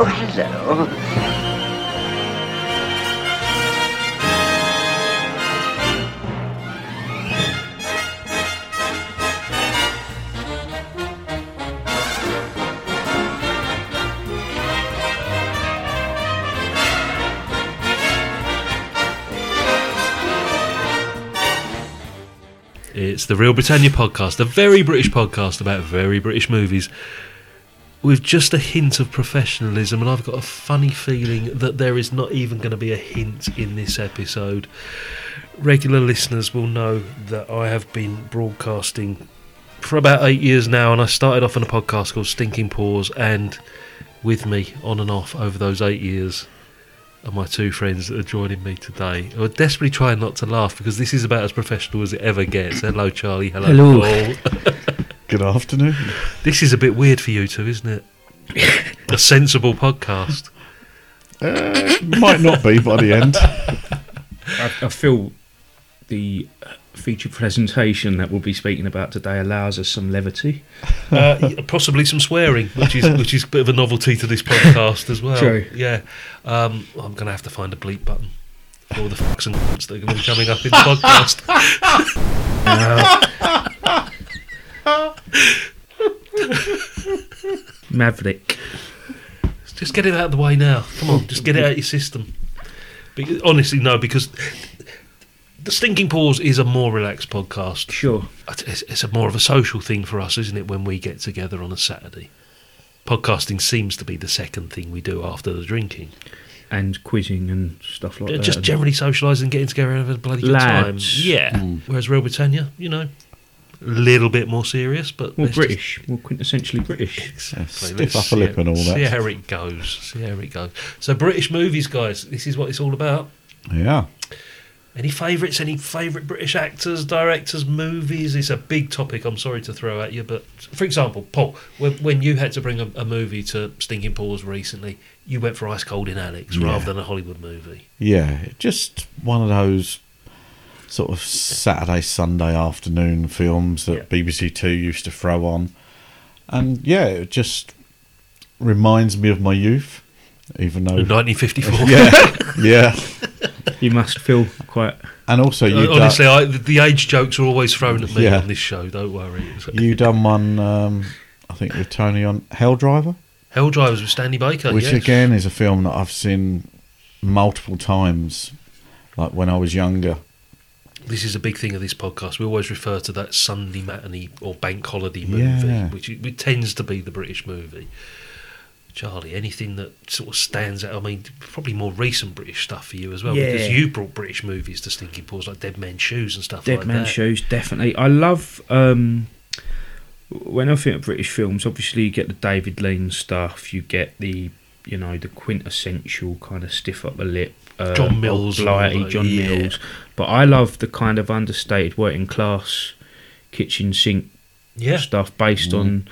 Oh, hello. It's the Real Britannia podcast, a very British podcast about very British movies, with just a hint of professionalism. And I've got a funny feeling that there is not even going to be a hint in this episode. Regular listeners will know that I have been broadcasting for about eight years now, and I started off on a podcast called Stinking Paws, and with me on and off over those eight years and my two friends that are joining me today. I desperately trying not to laugh because this is about as professional as it ever gets. Hello, Charlie. Hello, Hello. Paul. Good afternoon. This is a bit weird for you two, isn't it? a sensible podcast. Uh, might not be by the end. I, I feel the feature presentation that we'll be speaking about today allows us some levity. Uh, y- possibly some swearing, which is which is a bit of a novelty to this podcast as well. True. Yeah. Um, I'm going to have to find a bleep button. for All the fucks and cunts that are going to be coming up in the podcast. Maverick. Just get it out of the way now. Come on, just get it out of your system. Because, honestly, no, because the Stinking Paws is a more relaxed podcast. Sure. it's, it's a more of a social thing for us, isn't it? When we get together on a Saturday, podcasting seems to be the second thing we do after the drinking. And quizzing and stuff like that. um, Just generally socialising, and getting together and having a bloody good Lads. time. Yeah. Hmm. Whereas Real Britannia, you know, a little bit more serious, but More let's just- British. More quintessentially British. Exactly. Stiff Let's upper see lip how- and all that. See how it goes. See how it goes. So British movies, guys. This is what it's all about. Yeah. Any favourites? Any favourite British actors, directors, movies? It's a big topic. I'm sorry to throw at you, but for example, Paul, when, when you had to bring a, a movie to Stinking Paws recently, you went for Ice Cold in Alex Yeah. rather than a Hollywood movie. Yeah. Just one of those sort of Saturday, Sunday afternoon films that BBC Two used to throw on. And yeah, it just reminds me of my youth, even though. 1954. yeah. Yeah. You must feel quite. And also, you Uh, Honestly, I, the, the age jokes are always thrown at me Yeah. on this show. Don't worry. done, you done one, um, I think, with Tony on Hell Driver, Hell Drivers with Stanley Baker. which yes. again is a film that I've seen multiple times, like when I was younger. this is a big thing of this podcast. We always refer to that Sunday matinee or bank holiday movie, Yeah. which it, it tends to be the British movie. Charlie, anything that sort of stands out? I mean, probably more recent British stuff for you as well, because Yeah. you brought British movies to Stinking Paws, like Dead Man's Shoes and stuff Dead like Man that. Shows, definitely. I love. Um, when I think of British films, obviously you get the David Lean stuff, you get the, you know, the quintessential kind of stiff upper lip. Uh, John Bob Mills and all Blighty, that, John yeah. Mills. But I love the kind of understated working class kitchen sink Yeah, Mm. stuff based on.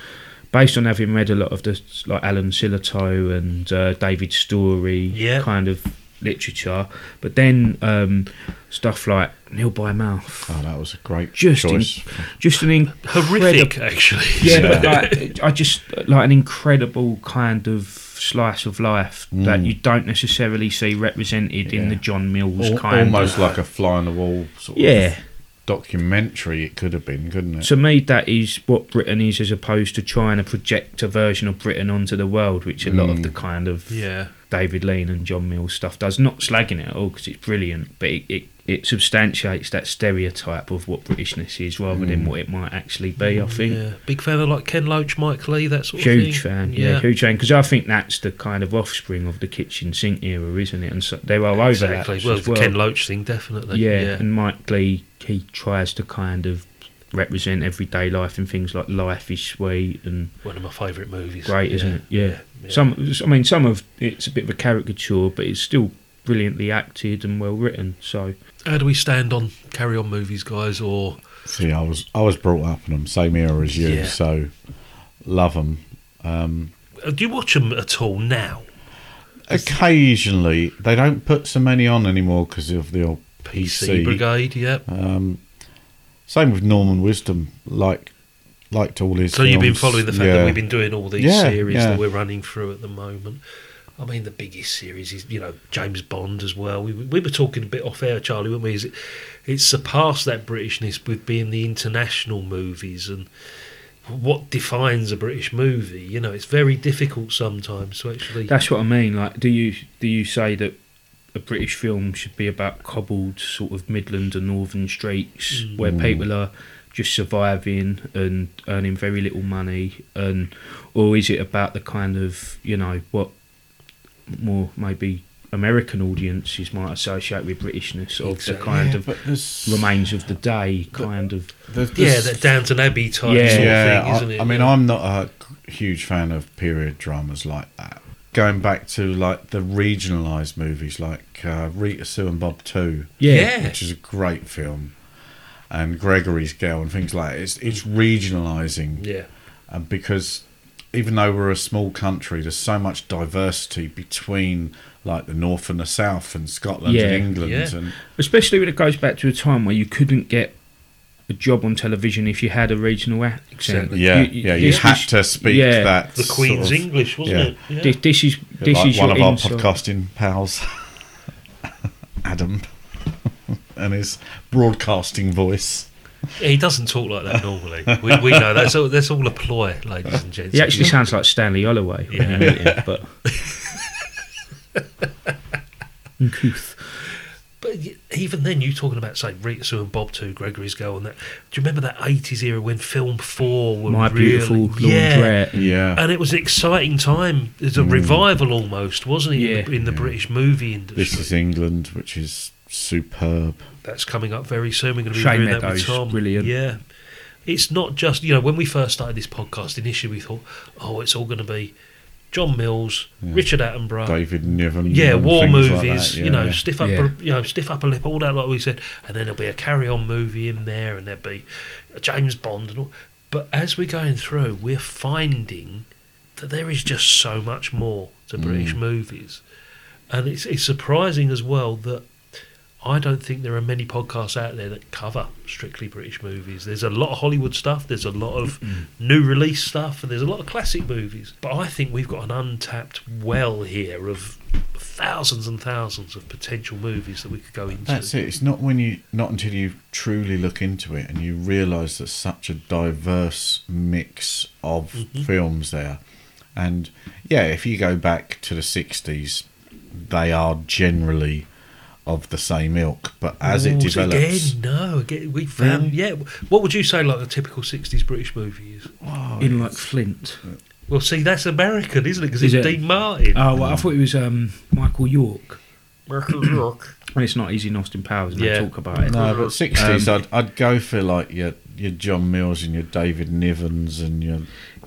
Based on having read a lot of the like Alan Silito and uh, David Story Yeah. kind of literature, but then um, stuff like Nil by Mouth, Oh, that was a great Just in- choice. just an incredible, horrific actually. yeah, but like I just like an incredible kind of slice of life that you don't necessarily see represented in Mm. Yeah. the John Mills Al- kind. almost of, like a fly on the wall sort yeah. of documentary. It could have been, couldn't it? To me, that is what Britain is, as opposed to trying to project a version of Britain onto the world, which a lot Mm. of the kind of yeah. David Lean and John Mills stuff does. Not slagging it at all because it's brilliant, but it, it, it substantiates that stereotype of what Britishness is rather than Mm. what it might actually be. I think. Yeah, big fan of like Ken Loach, Mike Lee, that sort of thing. Huge fan, yeah, huge fan. Because I think that's the kind of offspring of the kitchen sink era, isn't it? And so there are overlaps exactly. Well, as the well. Ken Loach thing, definitely. yeah, yeah. and Mike Lee, he tries to kind of represent everyday life and things like life is sweet and one of my favourite movies. great, yeah. isn't it? Yeah. Yeah. Some, I mean, some of it's a bit of a caricature, but it's still brilliantly acted and well written. So How do we stand on carry on movies, guys? Or See, I was I was brought up in them, same era as you, Yeah. so love them. Um, uh, do you watch them at all now? occasionally, they don't put so many on anymore because of the old PC Brigade, yeah. Um, same with Norman Wisdom, like liked all his. So you've been films. following the fact Yeah. that we've been doing all these Yeah, series yeah. that we're running through at the moment. I mean, the biggest series is you know James Bond as well. We, we were talking a bit off air, Charlie, weren't we? Is it, it surpassed that Britishness with being the international movies and what defines a British movie. You know, it's very difficult sometimes to actually. That's what I mean. Like, do you do you say that a British film should be about cobbled sort of Midland and northern streets where Mm. people are just surviving and earning very little money, and or is it about the kind of you know what more maybe American audiences might associate with Britishness of the Exactly. kind Yeah, of but there's- remains of the day kind of there's- yeah, there's- that Downton Abbey type Yeah. sort yeah, of thing, I, isn't it? I mean, Yeah. I'm not a huge fan of period dramas like that. Going back to like the regionalised movies, like uh, Rita Sue and Bob Two, Yeah. which is a great film, and Gregory's Girl and things like that. It's it's regionalising yeah. and because even though we're a small country, there's so much diversity between like the north and the south, and Scotland and Yeah, England, yeah. and especially when it goes back to a time where you couldn't get a job on television if you had a regional accent. Exactly. yeah, yeah, you this had was- to speak yeah, that The Queen's sort of, English, wasn't yeah. it? Yeah. This, this is this like is one your of our inside. podcasting pals, Adam, and his broadcasting voice. He doesn't talk like that normally. We, we know that's all, that's all a ploy, ladies and gents. He actually sounds like Stanley Holloway when Yeah. you meet him, but uncouth. But y- even then, you talking about say Rita Sue and Bob Two, Gregory's Girl, and that. Do you remember that eighties era when Film Four were My Oh, really- beautiful yeah. laundrette. Yeah, Mm. And it was an exciting time. It was a revival almost, wasn't it, in the, Yeah. in the British movie industry? this is England, which is superb. That's coming up very soon. We're going to be Shane doing that Meadows, with Tom. brilliant. Yeah. It's not just, you know, when we first started this podcast, initially we thought, oh, it's all going to be John Mills, Richard Attenborough, David Niven, Uh, yeah, and war things like that, movies. yeah. you know, stiff up, Yeah. you know, stiff upper lip, all that, like we said, and then there'll be a carry-on movie in there, and there'll be a James Bond and all. But as we're going through, we're finding that there is just so much more to British movies, and it's it's surprising as well that. I don't think there are many podcasts out there that cover strictly British movies. There's a lot of Hollywood stuff, there's a lot of new release stuff, and there's a lot of classic movies. But I think we've got an untapped well here of thousands and thousands of potential movies that we could go into. That's it. It's not when you, not until you truly look into it and you realise there's such a diverse mix of films there. And yeah, if you go back to the '60s, they are generally of the same ilk. But as it Walls develops, again, no, again, we found. Yeah, what would you say like a typical '60s British movie is? in like Flint. Well, see, that's American, isn't it? Because it's Is it? Dean Martin. Oh, well, I thought it was um, Michael York. Michael York. And it's not easy in Austin Powers, and Yeah. they talk about it. no, but '60s, I'd, I'd go for like your your John Mills and your David Nivens and your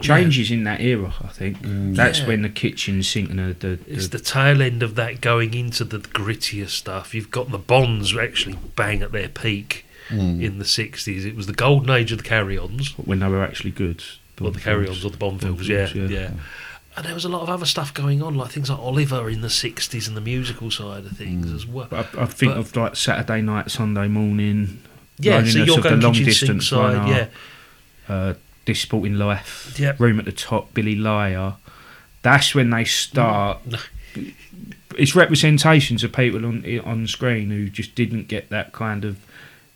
Changes in that era, I think. Mm. That's Yeah. when the kitchen sink and the, the, It's the tail end of that going into the grittier stuff. You've got the Bonds actually bang at their peak Hmm. in the 60s. It was the golden age of the carry ons, when they were actually good. or the carry ons, or the Bond films, yeah, films, yeah. yeah. And there was a lot of other stuff going on, like things like Oliver in the 60s and the musical side of things Hmm. as well. But I, I think But- of like Saturday night, Sunday morning. yeah, so Loneliness you're of the going long kitchen sink distance side, runner. yeah. uh, This Sporting Life, Yeah. Room at the Top, Billy Liar. That's when they start. it's representations of people on on screen who just didn't get that kind of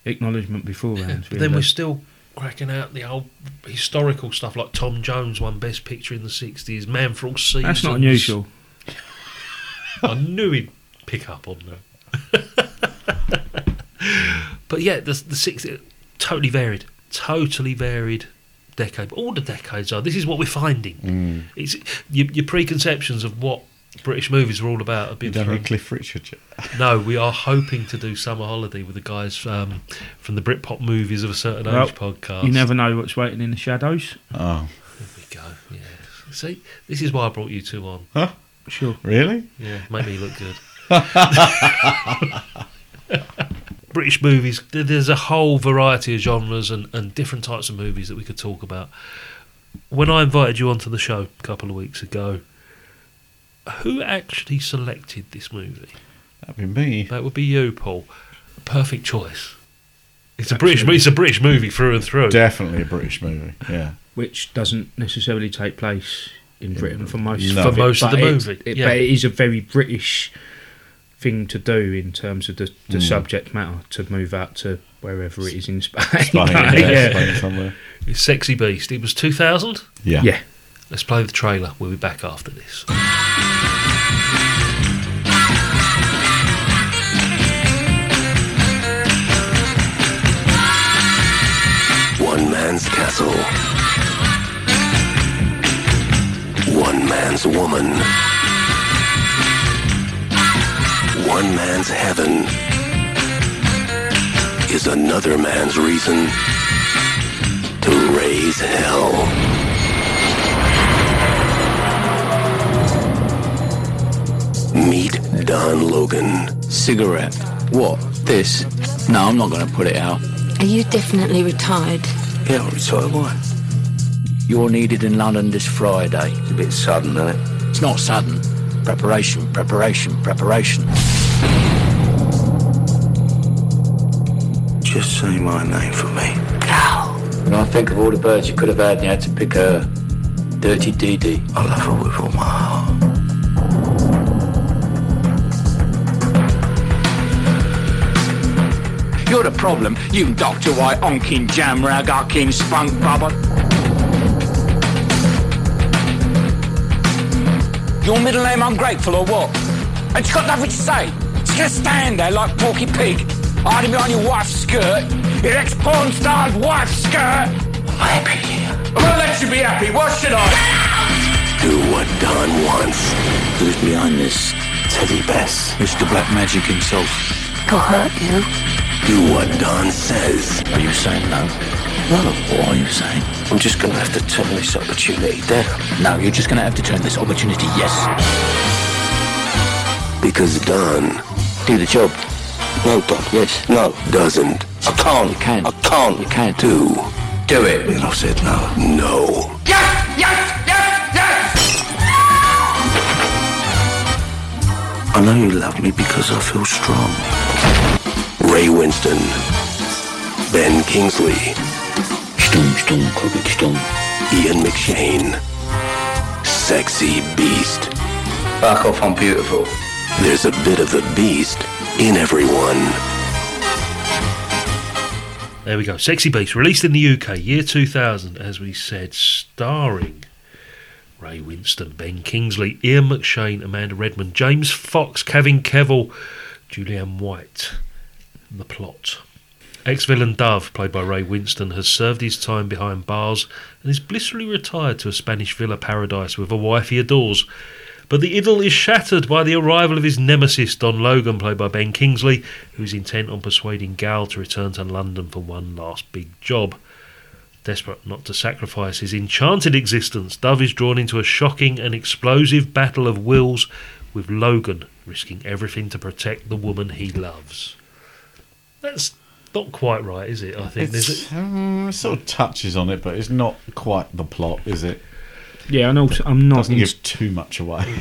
acknowledgement beforehand. But then we're really. still cracking out the old historical stuff, like Tom Jones won Best Picture in the 60s, Man for All Seasons. That's not unusual. I knew he'd pick up on that. but yeah, the the six totally varied, totally varied decade. All the decades are. This is what we're finding. Mm. It's your, your preconceptions of what British movies were all about. Have been you don't thrown. know Cliff Richard. yet? No, we are hoping to do summer holiday with the guys um, from the Britpop movies of a certain Well, age podcast. You never know what's waiting in the shadows. Oh, There we go. Yeah. See, this is why I brought you two on. Sure. really? Yeah, make me look good. British movies, th- there's a whole variety of genres and, and different types of movies that we could talk about. When I invited you onto the show a couple of weeks ago, who actually selected this movie? That'd be me. That would be you, Paul. Perfect choice. It's a British. It's a British movie through and through. Definitely a British movie. Yeah. which doesn't necessarily take place in Britain for most No. of For it, most of but the it's- movie, it- yeah. But it is a very British thing to do in terms of the, the Hmm. subject matter to move out to wherever it is in Spain. Spain, yeah, yeah. Spain somewhere. It's Sexy Beast. It was 2000. Yeah. Yeah. Let's play the trailer. We'll be back after this. One man's castle. One man's woman. One man's heaven is another man's reason to raise hell. Meet Don Logan. Cigarette. What? This? No, I'm not going to put it out. Are you definitely retired? Yeah, retired why? You're needed in London this Friday. It's a bit sudden, isn't it? It's not sudden. Preparation, preparation, preparation. Just say my name for me. When I think of all the birds you could have had, and you had to pick a dirty DD. I love her with all my heart. You're the problem. You and Dr. White, onkin jam rag, onkin spunk bubba. Your middle name ungrateful or what? And you got nothing to say. Just gonna stand there like Porky Pig, hiding behind your wife's skirt, your ex-porn star's wife's skirt. I'm happy here. I'm gonna let you be happy. Why should I? Do what Don wants. Who's behind this? Teddy Bess. Mr. Black Magic himself. He'll hurt you. Do what Don says. Are you saying no? No. What are you saying? I'm just gonna have to turn this opportunity down. No, you're just gonna have to turn this opportunity yes. Because Don. Do the job. No, Don, yes. No, doesn't. I can't. You can. I can't. You can't. Do. Do it. And I said no. No. Yes, yes, yes, yes! I know you love me because I feel strong. Ray Winston. Ben Kingsley. Stone, stone, crooked stone. Ian McShane. Sexy Beast. Back off, I'm beautiful. There's a bit of the beast in everyone. There we go. Sexy Beast, released in the UK, year 2000, as we said, starring Ray Winston, Ben Kingsley, Ian McShane, Amanda Redmond, James Fox, Kevin Kevill, Julianne White. And The plot. Ex villain Dove, played by Ray Winston, has served his time behind bars and is blissfully retired to a Spanish villa paradise with a wife he adores. But the idyll is shattered by the arrival of his nemesis, Don Logan, played by Ben Kingsley, who's intent on persuading Gal to return to London for one last big job. Desperate not to sacrifice his enchanted existence, Dove is drawn into a shocking and explosive battle of wills with Logan, risking everything to protect the woman he loves. That's not quite right, is it? I think there's a- It's, um, it sort of touches on it, but it's not quite the plot, is it? Yeah, and also I'm not. Doesn't in- give too much away.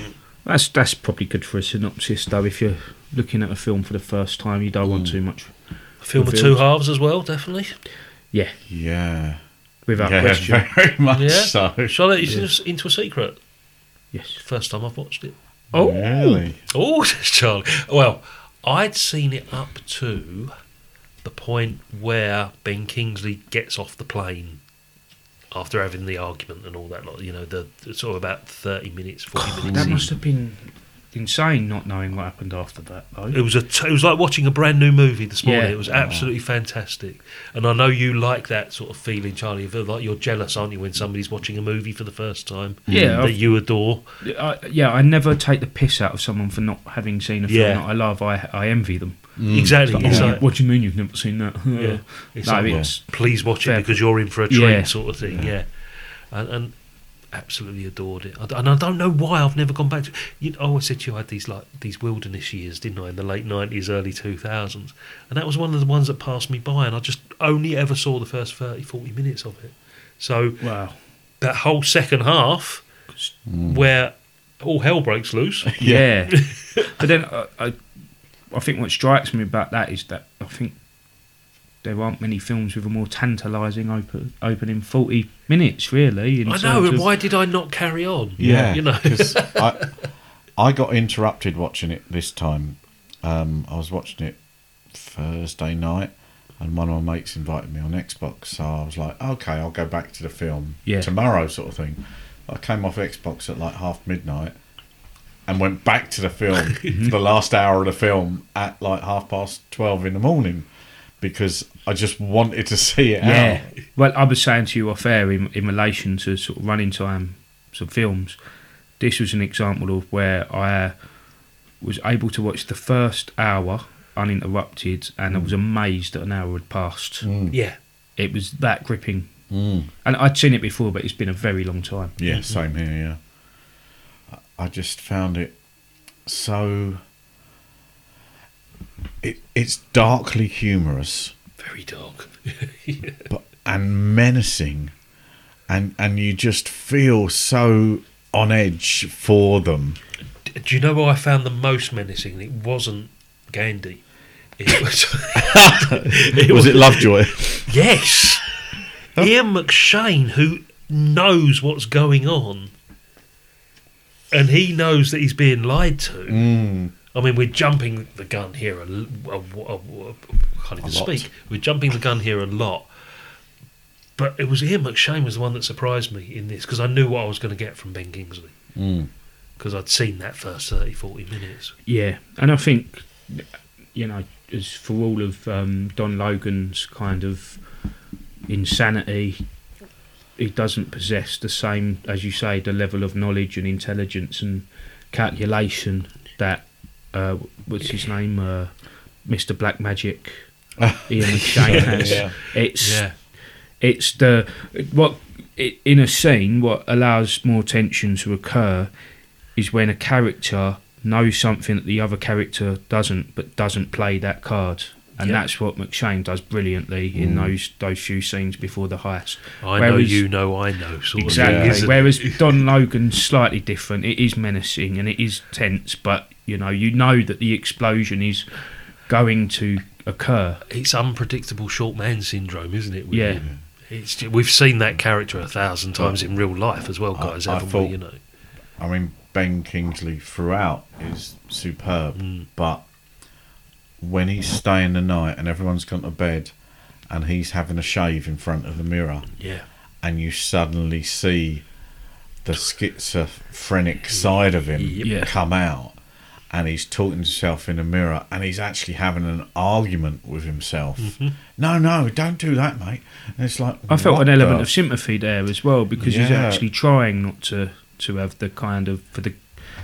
That's that's probably good for a synopsis though. If you're looking at a film for the first time, you don't Hmm. want too much. a film of two revealed. halves as well, definitely. Yeah, Yeah. without Yeah, question. very much Yeah. so. Shall I let you s- into a secret? Yes. First time I've watched it. Oh, Really? Oh, says Charlie. Well, I'd seen it up to the point where Ben Kingsley gets off the plane after having the argument and all that lot. You know, the, the sort of about thirty minutes, forty minutes. that in. must have been insane. Not knowing what happened after that It though. was a. T- it was like watching a brand new movie this morning. Yeah. It was absolutely fantastic, and I know you like that sort of feeling, Charlie. of- Like you're jealous, aren't you, when somebody's watching a movie for the first time? Yeah, that I've- you adore. I, yeah, I never take the piss out of someone for not having seen a film Yeah. that I love. I I envy them. Exactly. Like, It's oh, like- what do you mean you've never seen that? Yeah. It's no, like, it's please watch it Fair- because you're in for a treat, Yeah. sort of thing. Yeah, and, and absolutely adored it. I d- And I don't know why I've never gone back to. You, oh, I always said to you I had these like these wilderness years, didn't I? In the late nineties, early two thousands, and that was one of the ones that passed me by, and I just only ever saw the first 30, 40 minutes of it. So Wow. that whole second half, where all hell breaks loose, Yeah. but then I, I, I think what strikes me about that is that I think there aren't many films with a more tantalising open, opening 40 minutes, really. in I know. terms And of- why did I not carry on? Yeah, you know. 'cause I, I got interrupted watching it this time. Um, I was watching it Thursday night, and one of my mates invited me on Xbox, so I was like, okay, I'll go back to the film Yeah. tomorrow, sort of thing. I came off Xbox at like half midnight. And went back to the film, for the last hour of the film, at like half past twelve in the morning, because I just wanted to see it Yeah. out. Well, I was saying to you off air in, in relation to sort of running time some films, this was an example of where I uh, was able to watch the first hour uninterrupted and I was amazed that an hour had passed. Yeah. It was that gripping. And I'd seen it before, but it's been a very long time. Yeah, same here. Yeah, I- I just found it so. It it's darkly humorous, Very dark. but and menacing, and and you just feel so on edge for them. Do you know what I found the most menacing? It wasn't Gandhi. It was. it Was it Lovejoy? Yes. Ian McShane, who knows what's going on, and he knows that he's being lied to. Mm. I mean, we're jumping the gun here. A, l- a- a- a- a- can't even lot. speak. We're jumping the gun here a lot. But it was Ian McShane was the one that surprised me in this because I knew what I was going to get from Ben Kingsley because I'd seen that first 30, 40 minutes. Yeah, and I think you know, as for all of um, Don Logan's kind of insanity, he doesn't possess the same, as you say, the level of knowledge and intelligence and calculation that uh, what's his name, uh, Mister Black Magic, Ian McShane has. Yeah. It's Yeah. it's the what i in a scene what allows more tension to occur is when a character knows something that the other character doesn't, but doesn't play that card. And Yeah. that's what McShane does brilliantly in Mm. those those few scenes before the heist. I know Whereas- you know I know. Sort Of thing, Exactly. isn't it? Whereas Don Logan's slightly different. It is menacing and it is tense, but you know you know that the explosion is going to occur. it's unpredictable short man syndrome, isn't it? with Yeah. him? It's, we've seen that character a thousand times in real life as well, guys. I haven't thought- we? You know, I mean, Ben Kingsley throughout is superb, but when he's staying the night and everyone's gone to bed, and he's having a shave in front of the mirror. yeah, and you suddenly see the schizophrenic side of him Yeah. come out and he's talking to himself in a mirror and he's actually having an argument with himself no no don't do that mate and it's like I felt what an the- element of sympathy there as well because he's Yeah. actually trying not to to have the kind of for the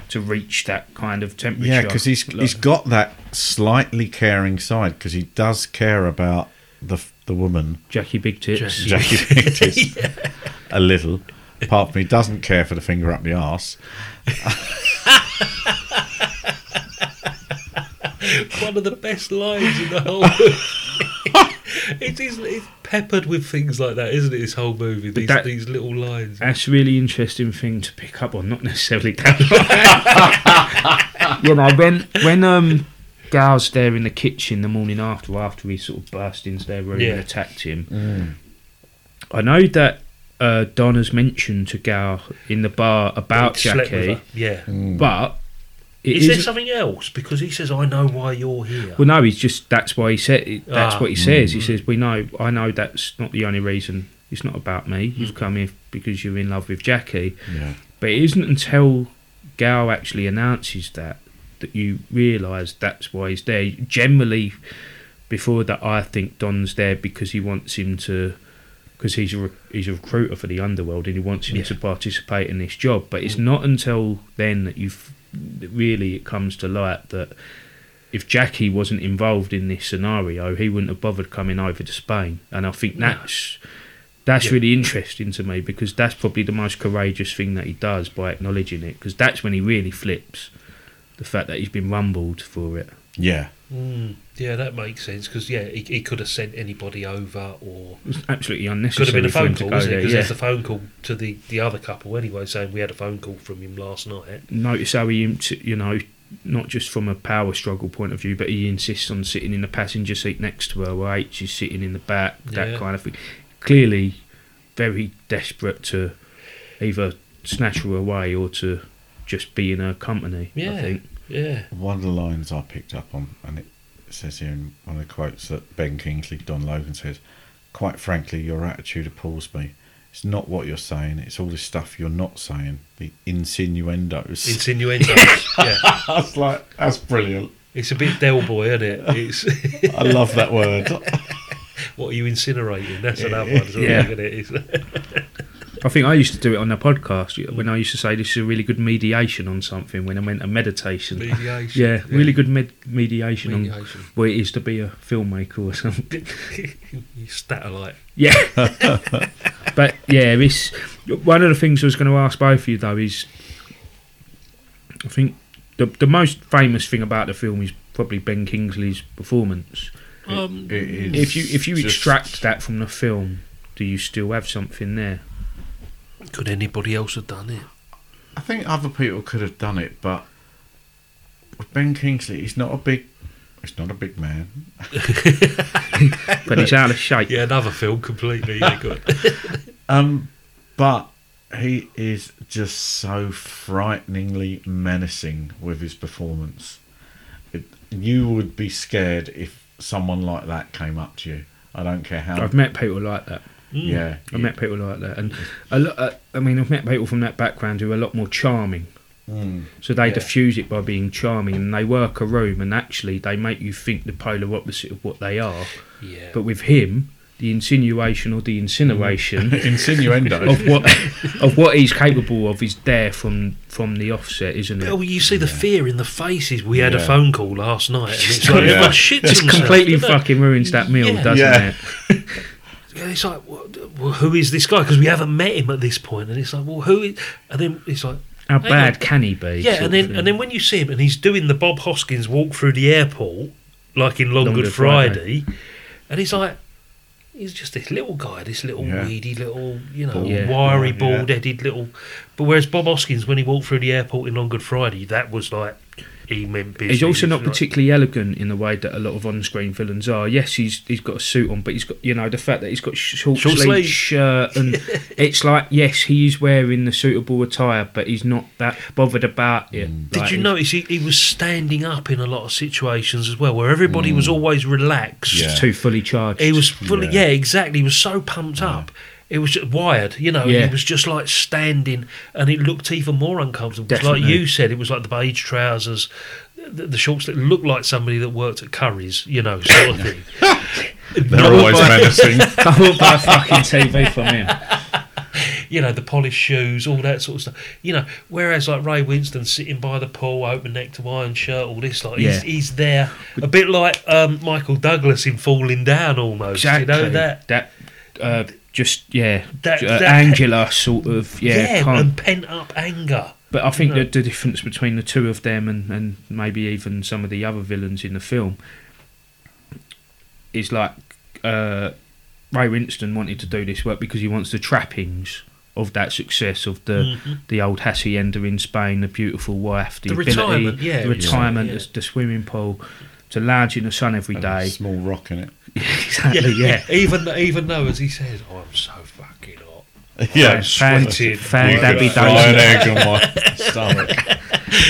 to reach that kind of temperature. yeah because he's Like, he's got that slightly caring side because he does care about the the woman Jackie Big Tits. Jackie. Jackie Pinktis a little apart from he doesn't care for the finger up the arse one of the best lines in the whole. movie. it is it's peppered with things like that, isn't it? This whole movie, these that- these little lines. That's a really interesting thing to pick up on, not necessarily downline. you know, when when um Gal's there in the kitchen the morning after after he sort of burst into their room Yeah. Mm. and attacked him. I know that uh, Don has mentioned to Gal in the bar about He slept with Jackie, her. Mm. Yeah. but Mm. it Is, there isn't- something else? Because he says, "I know why you're here." Well, no, he's just that's why he said that's Ah. what he says. He says, "We know, I know that's not the only reason. It's not about me. You've come here because you're in love with Jackie." yeah But it isn't until Gal actually announces that that you realise that's why he's there. Generally, before that, I think Don's there because he wants him to, because he's a re- he's a recruiter for the underworld and he wants him to participate in this job. But it's not until then that you really it comes to light that if Jackie wasn't involved in this scenario, he wouldn't have bothered coming over to Spain. And I think that's That's really interesting to me because that's probably the most courageous thing that he does by acknowledging it because that's when he really flips the fact that he's been rumbled for it. Yeah. Mm, yeah, that makes sense because yeah, he, he could have sent anybody over, or It was absolutely could unnecessary. have been a for him phone to call, go wasn't it? there, Because yeah. there's a phone call to the the other couple anyway, saying we had a phone call from him last night. notice how he, int- you know, not just from a power struggle point of view, but he insists on sitting in the passenger seat next to her, while H is sitting in the back, Yeah. that kind of thing. Clearly, very desperate to either snatch her away or to just be in her company. I Yeah. think Yeah, One of the lines I picked up on, and it says here in one of the quotes that Ben Kingsley, Don Logan says, Quite frankly, your attitude appalls me. It's not what you're saying, it's all this stuff you're not saying. The insinuendos. insinuendos. yeah, I was like, That's brilliant. it's a bit Del Boy, isn't it? It's I love that word. what are you incinerating? That's another one. Isn't Yeah. it? It's- I think I used to do it on the podcast when I used to say this is a really good mediation on something when I meant a meditation. Mediation. Yeah, really good med- mediation, Mediation. on what it is to be a filmmaker or something. you satellite. Yeah. but yeah, this one of the things I was going to ask both of you though is, I think the the most famous thing about the film is probably Ben Kingsley's performance. It is If you if you just- extract that from the film, do you still have something there? Could anybody else have done it? I think other people could have done it, but with Ben Kingsley, he's not a big. He's not a big man. But it's out of shape. Yeah, another film completely. Yeah, good. Um, but he is just so frighteningly menacing with his performance. It, you would be scared if someone like that came up to you. I don't care how. I've met Mm. people like that. yeah, I've met people like that, and a lot. uh, I mean, I've met people from that background who are a lot more charming. Mm. So they diffuse it by being charming, and they work a room, and actually they make you think the polar opposite of what they are. Yeah. But with him, the insinuation or the incineration Mm. insinuendo. of what of what he's capable of is there from from the offset, isn't Oh, it? you see the fear in the faces. We had a Yeah. phone call last night, and it's like oh, Yeah. everyone shits Just themselves, completely doesn't it? fucking ruins that meal, Yeah. doesn't Yeah. it? Yeah, it's like, well, well, who is this guy? Because we haven't met him at this point, and it's like, well, who is? And then it's like, How Hang bad on. can he be? yeah, sort of and then thing. and then when you see him, and he's doing the Bob Hoskins walk through the airport, like in Long, Long Good, Good Friday, and he's like. He's just this little guy, this little Yeah. weedy little, you know, Bald Yeah. wiry, guy, yeah. bald-headed little. But whereas Bob Hoskins, when he walked through the airport in Long Good Friday, that was like he meant business. He's also not like- particularly elegant in the way that a lot of on-screen villains are. Yes, he's he's got a suit on, but he's got you know the fact that he's got sh- short, Short sleeve sleeve. shirt, and it's like yes, he is wearing the suitable attire, but he's not that bothered about it. Did Like, you notice he, he was standing up in a lot of situations as well, where Mm. everybody was always relaxed. he's too fully charged? He was fully, yeah. Yeah. exactly. He was so pumped up. It was just wired, you know. Yeah. He was just like standing, and it looked even more uncomfortable. 'Cause Like Definitely. you said, it was like the beige trousers, the, the shorts that looked like somebody that worked at Curry's, you know, sort of thing. They're always menacing. I will buy a fucking TV from him. you know, the polished shoes, all that sort of stuff. You know, whereas like Ray Winston sitting by the pool, open necked iron shirt, all this, like he's, Yeah. he's there, a bit like um, Michael Douglas in Falling Down, almost. You know that. That uh, just yeah, That- uh, that- angular sort of yeah. Yeah, can't- and pent up anger. But I think that the difference between the two of them and, and maybe even some of the other villains in the film is like uh, Ray Winston wanted to do this work because he wants the trappings of that success of the the old hacienda in Spain, the beautiful wife, the, Mm-hmm. The ability, retirement, yeah, the retirement, yeah. The, the swimming pool, to lounge in the sun every day. Small rock in it. exactly, yeah. Even even though, as he says, oh, I'm so fucking hot. Yeah, Fan, sweating. fan You Dabby could fry Dozen. an egg on my stomach.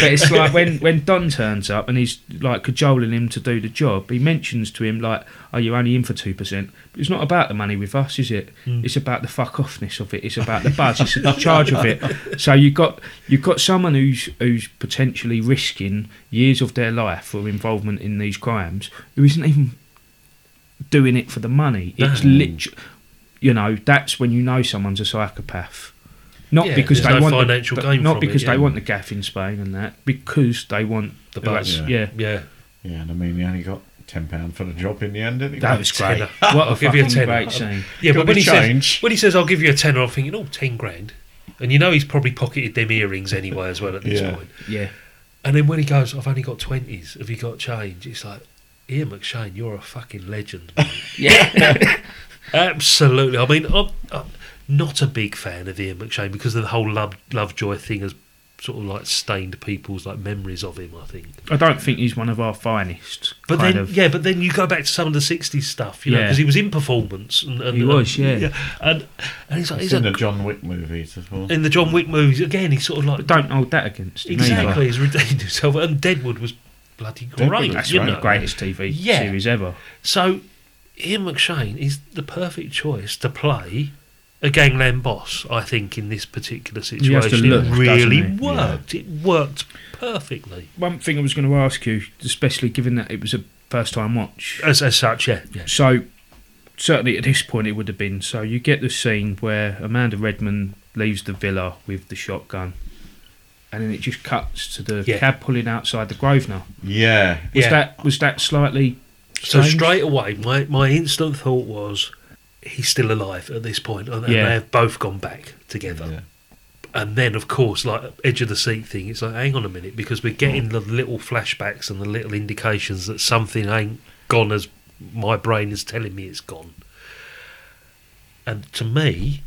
But it's like when, when Don turns up and he's like cajoling him to do the job, he mentions to him like, "Oh, you're only in for two percent." But it's not about the money with us, is it? Mm. It's about the fuck offness of it. It's about the buzz. it's the charge of it. So you got you've got someone who's who's potentially risking years of their life for involvement in these crimes, who isn't even doing it for the money. It's lit. You know, that's when you know someone's a psychopath. Not Yeah, because there's they no want financial the, but gain not from it, because yeah. they want the gaff in Spain and that, because they want The buzz. Yeah, Yeah. Yeah, and I mean, he only got ten pound for the job in the end, didn't he? That was great. tenner. What I'll a give you a fucking tenner. great scene. Yeah, Got but when any he change? says when he says I'll give you a tenner, I'm thinking, oh, 10 grand, and you know he's probably pocketed them earrings anyway as well at this Yeah. point. Yeah, And then when he goes, I've only got twenties. Have you got change? It's like Ian McShane, you're a fucking legend. mate. yeah, Absolutely. I mean, I'm, I'm not a big fan of Ian McShane because of the whole love Lovejoy thing has sort of like stained people's like memories of him. I think. I don't think he's one of our finest. But kind then, of. yeah, but then you go back to some of the '60s stuff, you know, Yeah. because he was in performance. And, and He was, yeah. and, and he's like, It's he's in the like- John Wick movies as well. in the John Wick movies again. He's sort of like But don't hold that against him. either. exactly, he's redeemed himself. And Deadwood was bloody great. Deadwood was That's you one of know. the greatest TV Yeah. series ever. So Ian McShane is the perfect choice to play a gangland boss. I think in this particular He has to situation, look, it really doesn't he? Yeah. worked. It worked perfectly. One thing I was going to ask you, especially given that it was a first time watch. As, as such, yeah, yeah. So, certainly at this point it would have been. So, you get the scene where Amanda Redmond leaves the villa with the shotgun, and then it just cuts to the Yeah. cab pulling outside the Grosvenor. Yeah, Was Yeah. that was that slightly So strange? straight away, my, my instant thought was, he's still alive at this point, and Yeah. they have both gone back together. And then, of course, like edge of the seat thing, it's like, hang on a minute, because we're Mm. getting the little flashbacks and the little indications that something ain't gone as my brain is telling me it's gone. And to me,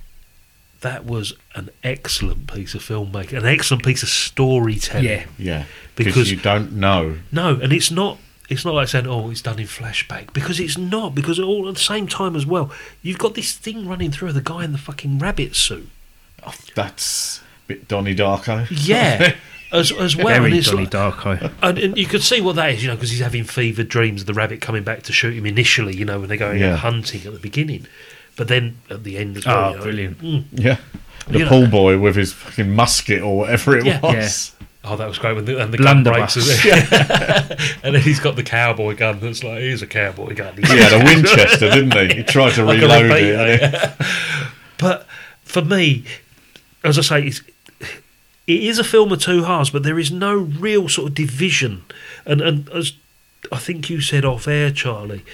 that was an excellent piece of filmmaking, an excellent piece of storytelling. yeah yeah. Because- Because you don't know. No, and it's not. It's not like saying, "Oh, it's done in flashback," because it's not. Because all at the same time as well, you've got this thing running through of the guy in the fucking rabbit suit. Oh, that's a bit Donnie Darko. Yeah, as as well. and very it's Donnie like- Darko? and, and you could see what that is, you know, because he's having fevered dreams of the rabbit coming back to shoot him initially, you know, when they're going Yeah. Ah, out hunting at the beginning, but then at the end as well. you Oh, know, Mm. brilliant! Yeah. The You know- pool boy with his fucking musket or whatever it Yeah. was. Oh, that was great when the, and the gun breaks, Blunderbuss. isn't it? and then he's got the cowboy gun. That's like here's a cowboy gun. He had a Winchester, didn't he? He tried to Like a reload repeat, it. and it- But for me, as I say, it's, it is a film of two halves, but there is no real sort of division. And and as I think you said off air, Charlie,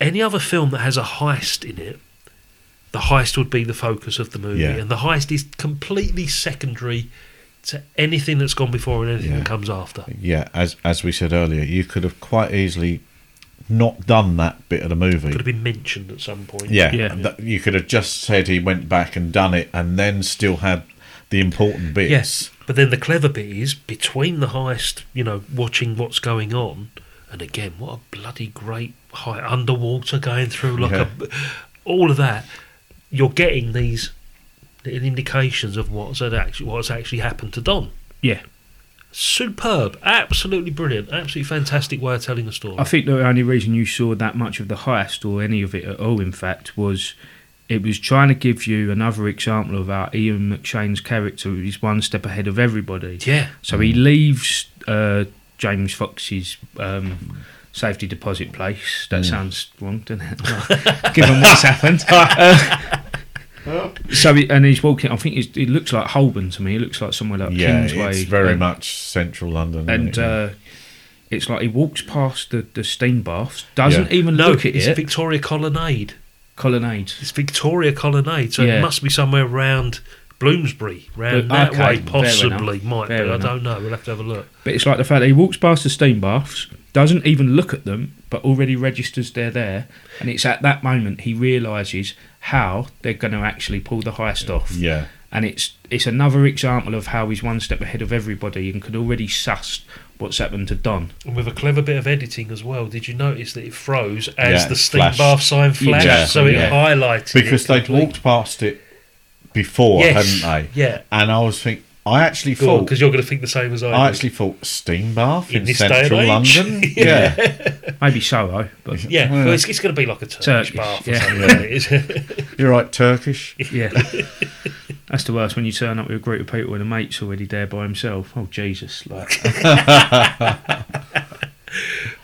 any other film that has a heist in it, the heist would be the focus of the movie, Yeah. and the heist is completely secondary to anything that's gone before and anything Yeah. that comes after. Yeah, as as we said earlier, you could have quite easily not done that bit of the movie. Could have been mentioned at some point. Yeah, Yeah. and that- you could have just said he went back and done it, and then still had the important bits. Yes, but then the clever bit is between the heist, you know, watching what's going on, and again, what a bloody great high underwater going through like Yeah. a, all of that. You're getting these little indications of what's had actually what's actually happened to Don. Yeah, Superb, absolutely brilliant, absolutely fantastic way of telling a story. I think the only reason you saw that much of the heist or any of it at all, in fact, was it was trying to give you another example of how Ian McShane's character is one step ahead of everybody. yeah, So he leaves uh, James Fox's um, safety deposit place. That sounds wrong, doesn't it? Given what's happened. Uh, so he, and he's walking. I think he's, he looks like Holborn to me. He looks like somewhere like yeah, Kingsway. uh, it's very and- much central Mm. London. isn't and it? uh, it's like he walks past the, the steam baths, doesn't even no, look at it's it. Victoria Colonnade. colonnades. It's Victoria Colonnade, so it Yeah. must be somewhere around Bloomsbury, round Blo- that okay, way, fair possibly. enough, Might fair be. enough. I don't know. We'll have to have a look. But it's like the fact that he walks past the steam baths, doesn't even look at them, but already registers they're there. And it's at that moment he realises how they're going to actually pull the heist off. yeah, And it's it's another example of how he's one step ahead of everybody and could already suss what's happened to Don. And with a clever bit of editing as well, did you notice that it froze as Yeah, the it steam flashed. bath sign flashed? Yeah, so it yeah. highlighted it because they'd completely. walked past it before, Yes, hadn't they? yeah. and I was thinking, I actually Go on, thought because you're going to think the same as I. I do. actually thought steam bath In in, this day and central age. London. yeah. Maybe Soho, but yeah, well, it's, it's going to be like a Turkish, Turkish, bath or yeah. something. isn't it? It's- you're right, Turkish. yeah. That's the worst when you turn up with a group of people and a mate's already there by himself. Oh, Jesus. Like,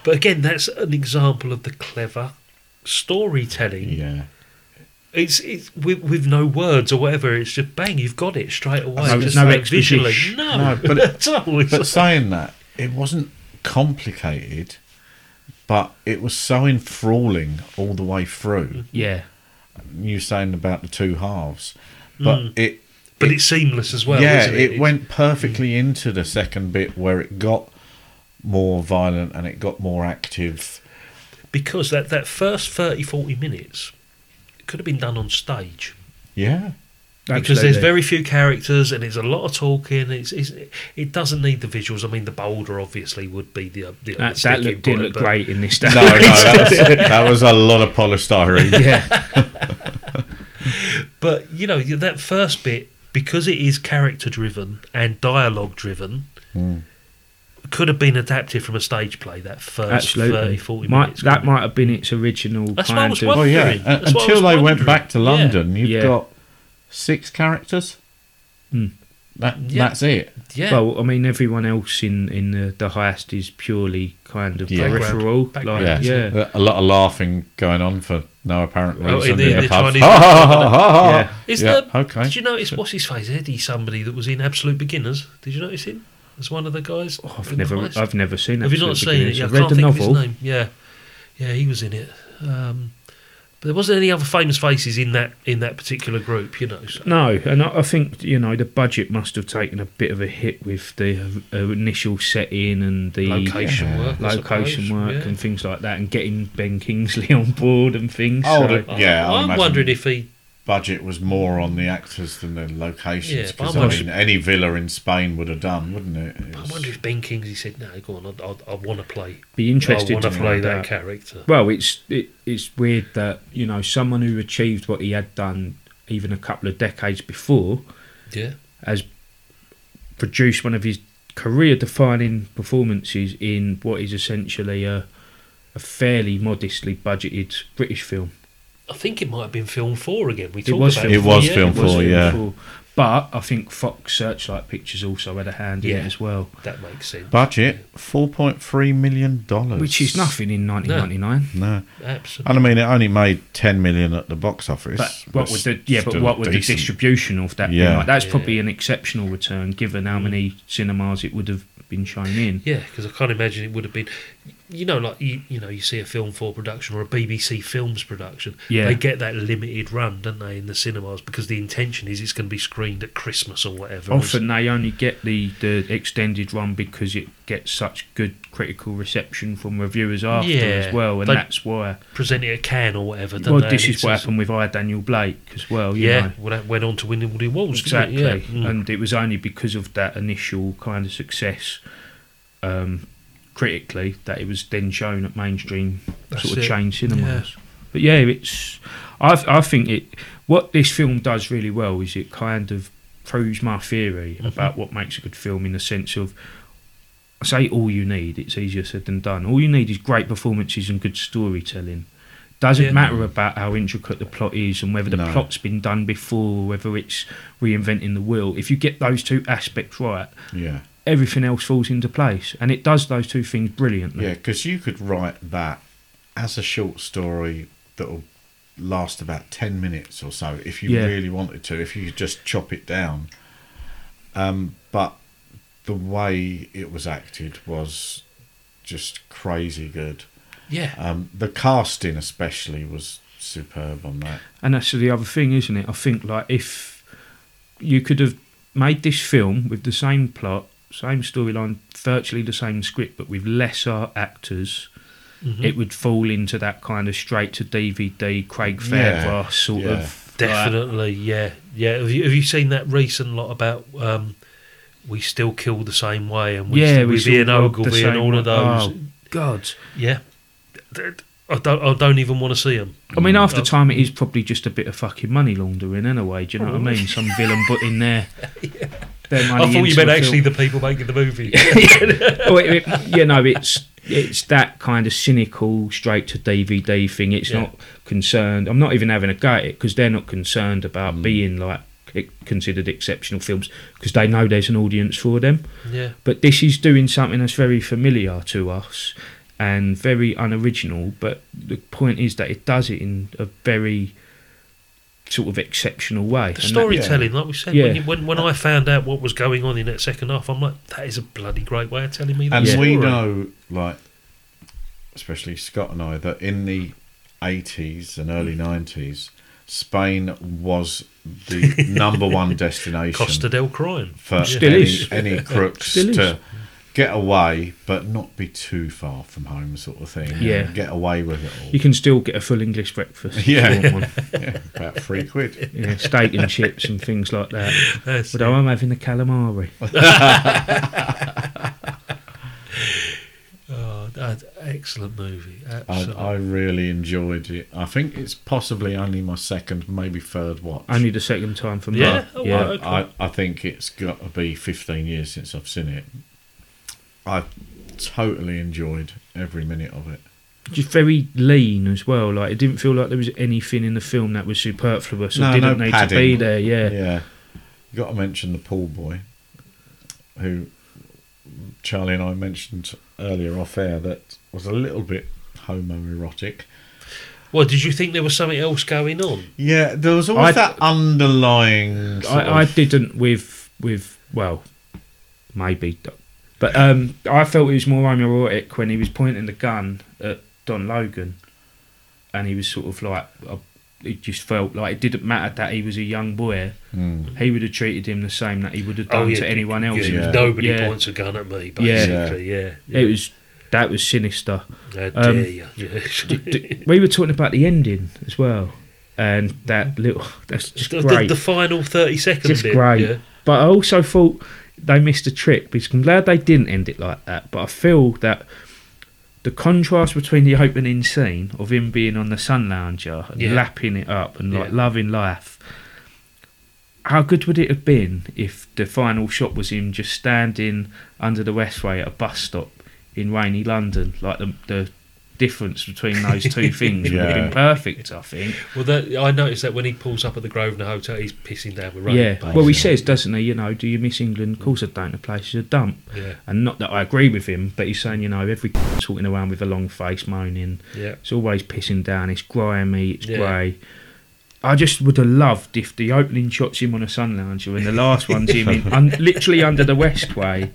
but again, that's an example of the clever storytelling. Yeah, It's it's with, with no words or whatever. It's just bang, you've got it straight away. No, just no like extra visually. dish. No, No, but- at all. It's but just- saying that, it wasn't complicated. but it was so enthralling all the way through. Yeah. Mm. You were saying about the two halves, but it But it's seamless as Mm. well. yeah, isn't it, it, Mm. It's- went perfectly into the second bit where it got more violent and it got more active. because that, that first 30, 40 minutes could have been done on stage Yeah, because there's Absolutely. very few characters and it's a lot of talking. It's, it's it doesn't need the visuals. I mean, the boulder obviously would be the the that, that sticking look, point, did look but- great in this. no, no, that was, that was a lot of polystyrene. yeah, But you know that first bit because it is character driven and dialogue driven. Mm. Could have been adapted from a stage play that first absolutely. 30, 40 might, minutes. That might have been its original That's what I kind was of. Oh yeah, Wondering. and- That's what I until was they went wondering. back to Yeah. London, you've Yeah. got six characters. Hmm. That Yeah. that's it. yeah. Well, I mean, everyone else in in the, the heist is purely kind of Yeah. peripheral. Background. Yeah. Like, yeah. yeah. a lot of laughing going on for no apparent Oh, in reason the- in, the, the pub. Chinese- Ha, ha, ha, ha, ha. Yeah. Is Yeah, the, okay. Did you notice what's his face? Eddie, somebody that was in Absolute Beginners. Did you notice him as one of the guys? Oh, I've in the never heist? I've never seen. Have you not Absolute seen Beginners. it? Yeah, I I've can't read the think of novel. his name. Yeah, yeah, he was in it. Um, but there wasn't any other famous faces in that in that particular group, you know. So. No, and I, I think you know the budget must have taken a bit of a hit with the uh, initial setting and the Location work, I location suppose, work yeah. and things like that, and getting Ben Kingsley on board and things. Oh, so- the- yeah, I I'm imagine wondering if he. budget was more on the actors than the locations. Yeah, but Because I I wonder- mean, any villa in Spain would have done, wouldn't it? It I was- wonder if Ben Kingsley said, "No, go on, I, I, I want to play. be Oh, I interested want to to play find that out. character." Well, it's it, it's weird that you know someone who achieved what he had done even a couple of decades before Yeah, has produced one of his career-defining performances in what is essentially a a fairly modestly budgeted British film. I think it might have been film four again. We It talked was about film It was film It was four, film yeah. four. But I think Fox Searchlight Pictures also had a hand in Yeah. it as well, That makes sense. Budget four point three million dollars, which is nothing in 1999. No, um, Absolutely. and I mean it only made ten million at the box office. But what which would the yeah? But still what would the decent. distribution of that be Yeah. like? That's Yeah. probably an exceptional return, given how many cinemas it would have been shown in. Yeah, because I can't imagine it would have been. You know, like you, you know, you see a film for production or a BBC Films production. Yeah. they get that limited run, don't they, in the cinemas? Because the intention is it's going to be screened at Christmas or whatever. Often they only get the, the extended run because it gets such good critical reception from reviewers after Yeah. as well, and They- that's why. present it at Cannes or whatever. Don't Well, they? this And is it's what just- happened with I Daniel Blake as well. You Yeah, know. well, that went on to win all the awards. didn't Exactly. it? Yeah. Mm. And it was only because of that initial kind of success um, critically that it was then shown at mainstream That's sort of it. chain cinemas. But yeah, it's I I think it what this film does really well is it kind of proves my theory Mm-hmm. about what makes a good film in the sense of I say all you need, it's easier said than done. All you need is great performances and good storytelling. Doesn't Yeah. matter about how intricate the plot is and whether the No. plot's been done before, whether it's reinventing the wheel. If you get those two aspects right, Yeah, everything else falls into place, and it does those two things brilliantly. yeah, because you could write that as a short story that'll last about ten minutes or so if you Yeah. really wanted to. If you could just chop it down, um, but the way it was acted was just crazy good. yeah, Um, the casting, especially, was superb on that. And that's the other thing, isn't it? I think like if you could have made this film with the same plot, same storyline, virtually the same script, but with lesser actors, Mm-hmm. it would fall into that kind of straight to DVD Craig Yeah, Fairbrass sort yeah. of definitely. Yeah, yeah. Have you, have you seen that recent lot about? Um, we still kill the same way, and we, yeah, we with saw Ian Rob the Ogilvy and same all of one. those. Oh, God. Yeah, I don't. I don't even want to see them. I mean, half the Mm. time it is probably just a bit of fucking money laundering, anyway. Do you know what I mean? Some villain putting their, their money. I thought you into meant a actually film. the people making the movie. oh, it, it- you know, it's it's that kind of cynical, straight to DVD thing. It's Yeah. not concerned. I'm not even having a go at it because they're not concerned Mm. about being like e- considered exceptional films because they know there's an audience for them. yeah. But this is doing something that's very familiar to us and very unoriginal. But the point is that it does it in a very sort of exceptional way. The And that- storytelling, like we said, Yeah. when, you, when when I found out what was going on in that second half, I'm like, that is a bloody great way of telling me that And story. we know, like, especially Scott and I, that in the 80s and Mm. early 90s, Spain was the number one destination Costa del Crime. for Still any, is. any crooks Still is. to get away, but not be too far from home, sort of thing. Yeah. And get away with it all. You can still get a full English breakfast. if you Yeah. want one. Yeah, about three quid. yeah, steak and chips and things like that. That's Although I'm having the calamari. Oh, that- excellent movie. I, Absolutely. I really enjoyed it. I think it's possibly only my second, maybe third watch. Only the second time for me. Yeah? Oh, yeah. wow, okay. I, I think it's got to be 15 years since I've seen it. I totally enjoyed every minute of it. Just very lean as well. Like it didn't feel like there was anything in the film that was superfluous or No, didn't no need padding. to be there. Yeah. Yeah. you got to mention the pool boy, who Charlie and I mentioned earlier off air that was a little bit homoerotic. well, did you think there was something else going on? Yeah, there was always I- that underlying. Sort I, I of- didn't with with well, maybe, but um, I felt he was more homoerotic when he was pointing the gun at Don Logan, and he was sort of like, uh, it just felt like it didn't matter that he was a young boy. He would have treated him the same that he would Oh, have done to anyone else. Hmm. Oh, yeah. Nobody Yeah. points a gun at me, Yeah. basically. Yeah. yeah. It was that was sinister. How dare um, you? D- we were talking about the ending as well, and that little that's just the, great. the final 30 seconds. just bit, great. Yeah. But I also thought they missed a trick because I'm glad they didn't end it like that. But I feel that the contrast between the opening scene of him being on the sun lounger and Yeah. lapping it up and like Yeah. loving life. How good would it have been if the final shot was him just standing under the Westway at a bus stop in rainy London? Like the, the difference between those two things would have Yeah. been perfect, I think. Well, that, I noticed that when he pulls up at the Grosvenor Hotel, he's pissing down with rain. yeah. basically. Well, he says, doesn't he? You know, do you miss England? Of course I don't. The place is a dump. Yeah. And not that I agree with him, but he's saying, you know, every talking around with a long face, moaning. Yeah. It's always pissing down. It's grimy. It's Yeah. grey. I just would have loved if the opening shots him on a sun lounger and the last one's him in, un, literally under the Westway,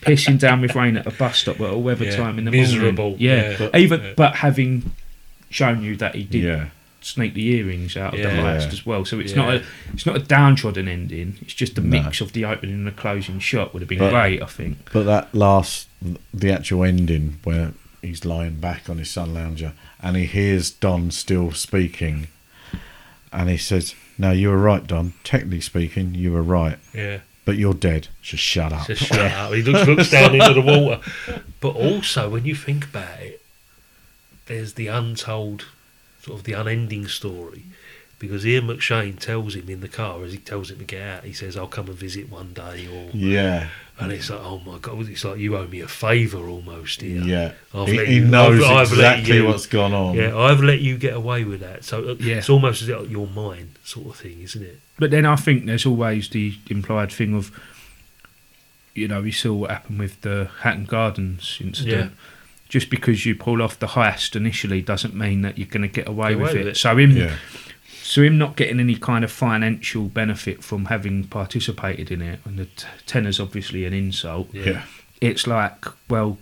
pissing down with rain at a bus stop at a weather Yeah. time in the Miserable. morning. Yeah. Yeah. Even Yeah. but having shown you that he did Yeah. sneak the earrings out of Yeah. the heist as well. So it's Yeah. not a it's not a downtrodden ending. It's just a mix of the opening and the closing shot would have been But- great. I think. But that last, the actual ending where he's lying back on his sun lounger and he hears Don still speaking, and he says, "No, you were right, Don. Technically speaking, you were right, Yeah. but you're dead. So shut up." Just shut up. He looks, looks down into the water. But also, when you think about it, there's the untold, sort of the unending story. Because Ian McShane tells him in the car as he tells him to get out, he says, I'll come and visit one day. or Yeah, And it's like, oh my God, it's like you owe me a favour almost here. yeah. I've He, let he you- knows I've- I've let exactly you- what's gone on. Yeah, I've let you get away with that. So uh, Yeah. it's almost as if you're mine, sort of thing, isn't it? But then I think there's always the implied thing of, you know, we saw what happened with the Hatton Gardens incident. Just because you pull off the heist initially doesn't mean that you're going to get away, Get with, away it. with it. So him, Yeah. so him not getting any kind of financial benefit from having participated in it, and the t- tenor's obviously an insult. yeah. it's like, well,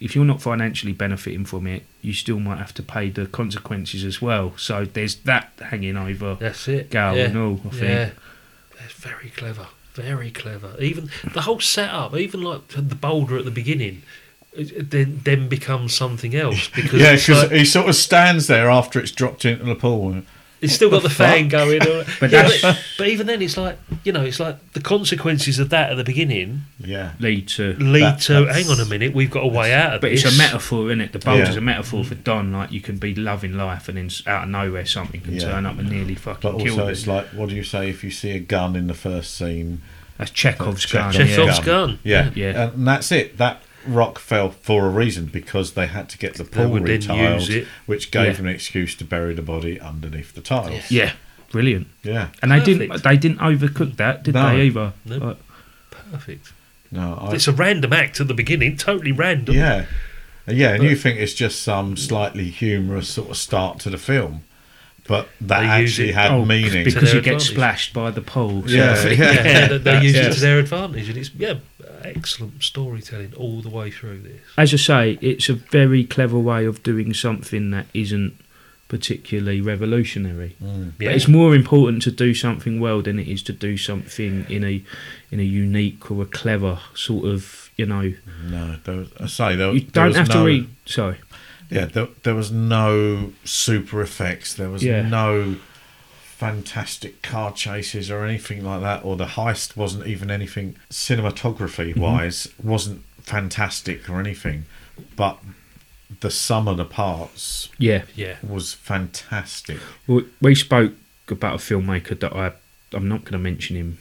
if you're not financially benefiting from it, you still might have to pay the consequences as well. So there's that hanging over. That's it. Gal and all, I think. Yeah. That's very clever. Very clever. Even the whole setup, even like the boulder at the beginning, it- it then then becomes something else because Yeah, it's, because like- he sort of stands there after it's dropped into the pool. it's still got the fan going. on. But Yeah, that's- but, but even then, it's like you know, it's like the consequences of that at the beginning Yeah, Lead to. lead That- to. that's- Hang on a minute, we've got a way out of But this. it's a metaphor, isn't it? The bulge Yeah. is a metaphor for Don. Like you can be loving life, and then s- out of nowhere something can Yeah. turn up and nearly but fucking kill also you. it's like, what do you say if you see a gun in the first scene? That's Chekhov's gun. Chekhov's yeah. gun. Yeah. Yeah. And that's it. That rock fell for a reason because they had to get the pool would then use retiled, it. which gave Yeah. them an excuse to bury the body underneath the tiles. Yeah, brilliant. Yeah. And they didn't. Perfect. They didn't overcook that, did No. they? Either. No. Like, Perfect. No, I, It's a random act at the beginning, totally random. yeah. Yeah, and you think it's just some slightly humorous sort of start to the film, but that They use actually it- had oh, To meaning. because their you get advantage. splashed by the pole. so- yeah, yeah. yeah, they, they use it Yes. to their advantage, and it's yeah, excellent storytelling all the way through this. as I say, it's a very clever way of doing something that isn't particularly revolutionary. Mm. But it's more important to do something well than it is to do something in a in a unique or a clever sort of you know. No, there was, I say there. You there don't was have no- to read. Sorry, Yeah, there, there was no super effects. There was Yeah. no fantastic car chases or anything like that. Or the heist wasn't even anything cinematography wise wasn't fantastic or anything. But the sum of the parts yeah. Yeah. was fantastic. Well, we spoke about a filmmaker that I I'm not going to mention him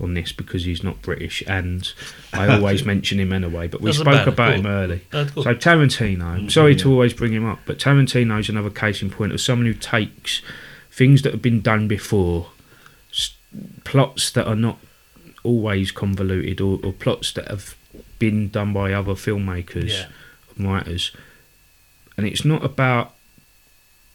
on this because he's not British, and I always mention him anyway. But we Doesn't spoke matter, about go him on. early. No, go on. so Tarantino. Mm-hmm. I'm sorry to always bring him up, but Tarantino's another case in point of someone who takes things that have been done before, s- plots that are not always convoluted, or, or plots that have been done by other filmmakers, Yeah. and writers, and it's not about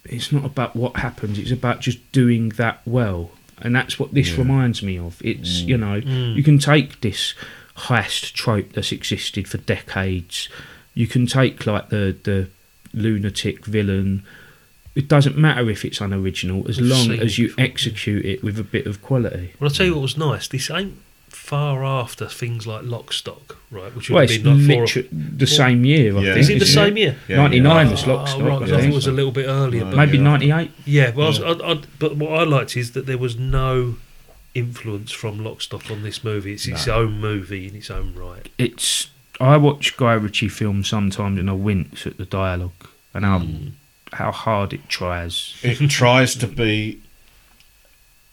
it's not about what happens it's about just doing that well and that's what this reminds me of it's Mm. you know Mm. you can take this heist trope that's existed for decades you can take like the the lunatic villain it doesn't matter if it's unoriginal as We've long seen as it you before, yeah. execute it with a bit of quality Well, I'll tell you what was nice. This ain't far after things like Lock, Stock, right? Which would well have it's been like four or- literally the same year I Yeah. think Is it the isn't same year? Yeah, 99 yeah. was Lockstock Oh, right, 'cause I think it was a little bit earlier. Right. But maybe Yeah. 98 yeah, well, I was, I, I, but what I liked is that there was no influence from Lock, Stock on this movie. It's its own movie in its own right. it's I watch Guy Ritchie films sometimes and I wince at the dialogue and how Hmm. how hard it tries. It tries to be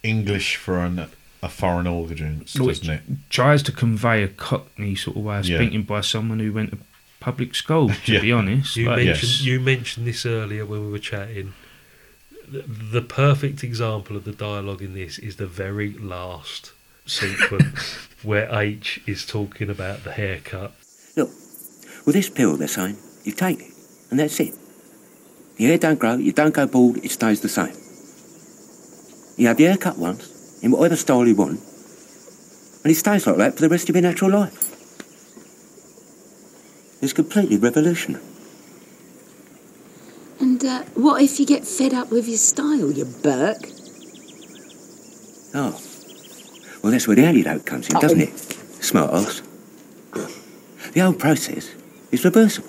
English for an, a foreign audience, doesn't it? Tries to convey a cockney sort of way of Yeah. speaking by someone who went to public school. To Yeah. be honest, You Like, mentioned yes. you mentioned this earlier when we were chatting. The, the perfect example of the dialogue in this is the very last sequence where H is talking about the haircut. Look, with this pill they're saying, you take it, and that's it. The hair don't grow, you don't go bald, it stays the same. You have your hair cut once, in whatever style you want, and it stays like that for the rest of your natural life. It's completely revolutionary. And uh, what if you get fed up with your style, you Burke? Oh. Well, that's where the antidote comes in, doesn't it? Smart ass. The whole process is reversible.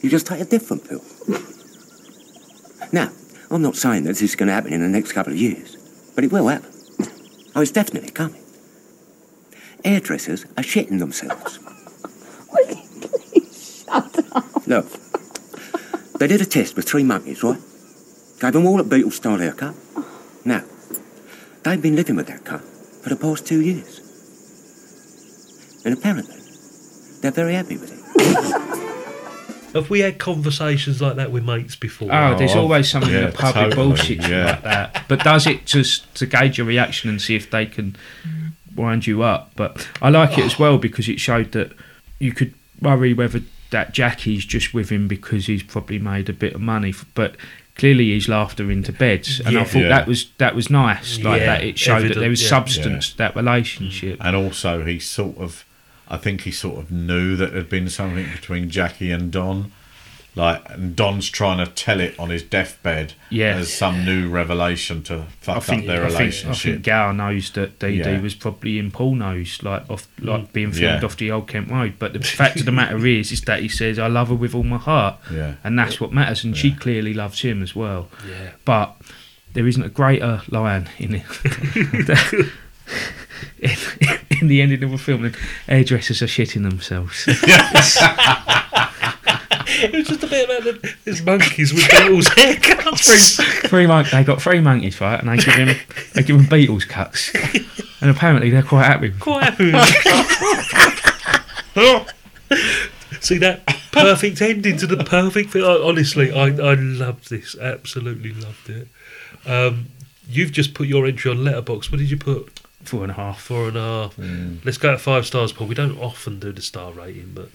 You just take a different pill. Now, I'm not saying that this is going to happen in the next couple of years, but it will happen. Oh, it's definitely coming. Hairdressers are shitting themselves. Look, they did a test with three monkeys, right? Gave them all a Beatles style haircut. Now, They've been living with that cut for the past two years. And apparently, they're very happy with it. Have we had conversations like that with mates before? Oh, there's Oh, always something in yeah, the public totally, bullshit yeah. like that. But does it just to gauge your reaction and see if they can wind you up? But I like it as well because it showed that you could worry whether that Jackie's just with him because he's probably made a bit of money, f- but clearly he's laughter into beds, and I Yeah. thought Yeah. that was that was nice. Like Yeah, that, it showed that there evident, was yeah. substance to that relationship. and also he sort of i think he sort of knew that there'd been something between jackie and don like and don's trying to tell it on his deathbed Yeah. as some new revelation to fuck I up think, their I think- I relationship think Gower knows that Dee Dee Yeah. Mm. was probably in pornos, like off, like being filmed Yeah. off the old Kent Road. But the fact of the matter is, is that he says, "I love her with all my heart," Yeah. and that's what matters. And she clearly loves him as well. Yeah. But there isn't a greater lion in it. In, in the ending of a film, than hairdressers are shitting themselves. It was just a bit about the, there's monkeys with Beatles haircuts. three mon- they got three monkeys right, and they give him they give him Beatles cuts, and apparently they're quite happy. Quite happy. with it. See that perfect ending to the perfect thing. I, honestly, I, I loved this. Absolutely loved it. Um, you've just put your entry on Letterbox. What did you put? Four and a half. Mm. Four and a half. Let's go at five stars, Paul. We don't often do the star rating, but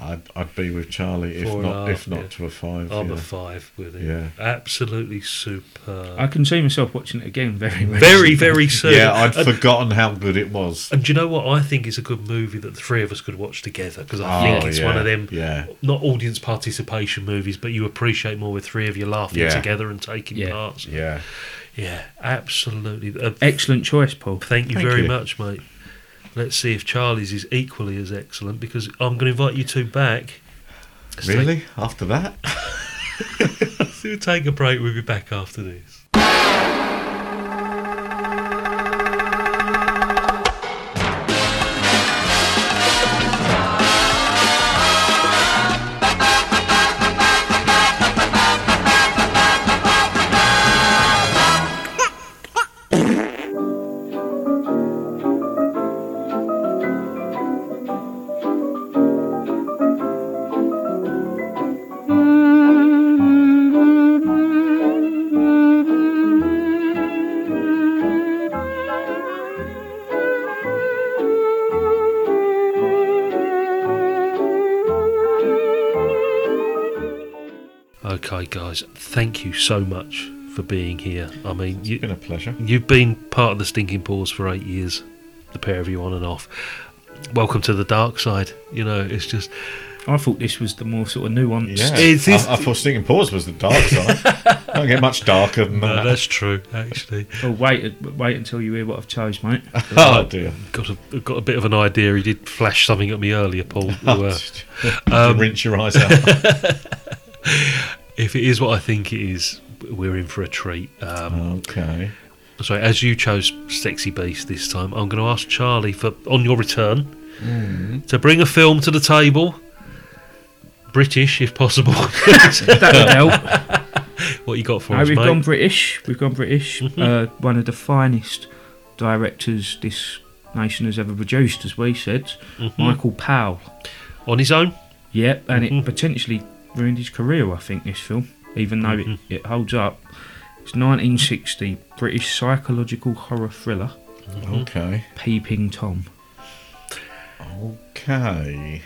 I'd, I'd be with Charlie if Four and a not half, if not yeah. to a five. I'm yeah. a five with it. Yeah. Absolutely superb. I can see myself watching it again very, very, Very, soon. very soon. yeah, I'd and, forgotten how good it was. and do you know what? I think is a good movie that the three of us could watch together because I think Oh, it's one yeah, of them, Yeah, not audience participation movies, but you appreciate more with three of you laughing Yeah. together and taking Yeah. parts. yeah. Yeah, absolutely. Uh, Excellent choice, Paul. Thank you Thank very you. much, mate. Let's see if Charlie's is equally as excellent because I'm going to invite you two back. Let's take- Really? After that? Let's do- take a break. We'll be back after this. Okay, guys, thank you so much for being here. I mean, you, It's been a pleasure. You've been part of the Stinking Paws for eight years, the pair of you on and off. Welcome to the dark side. You know, it's just I thought this was the more sort of nuanced. Yeah. Is this- I, I thought Stinging Paws was the dark side. Don't get much darker than no, that. that's true. Actually, Oh, wait, wait until you hear what I've chose, mate. oh dear. got a got a bit of an idea. He did flash something at me earlier, Paul. who, uh, rinse your eyes out. if it is what I think it is, we're in for a treat. Um, okay. so, as you chose Sexy Beast this time, I'm going to ask Charlie for on your return to bring a film to the table. British, if possible. That would help. what you got for No, us, we've mate? gone British. We've gone British. uh, one of the finest directors this nation has ever produced, as we said, Mm-hmm. Michael Powell. on his own. Yep, and Mm-hmm. it potentially ruined his career, I think, this film, even though Mm-hmm. it, it holds up. It's 1960 British psychological horror thriller, Okay. Peeping Tom. Okay.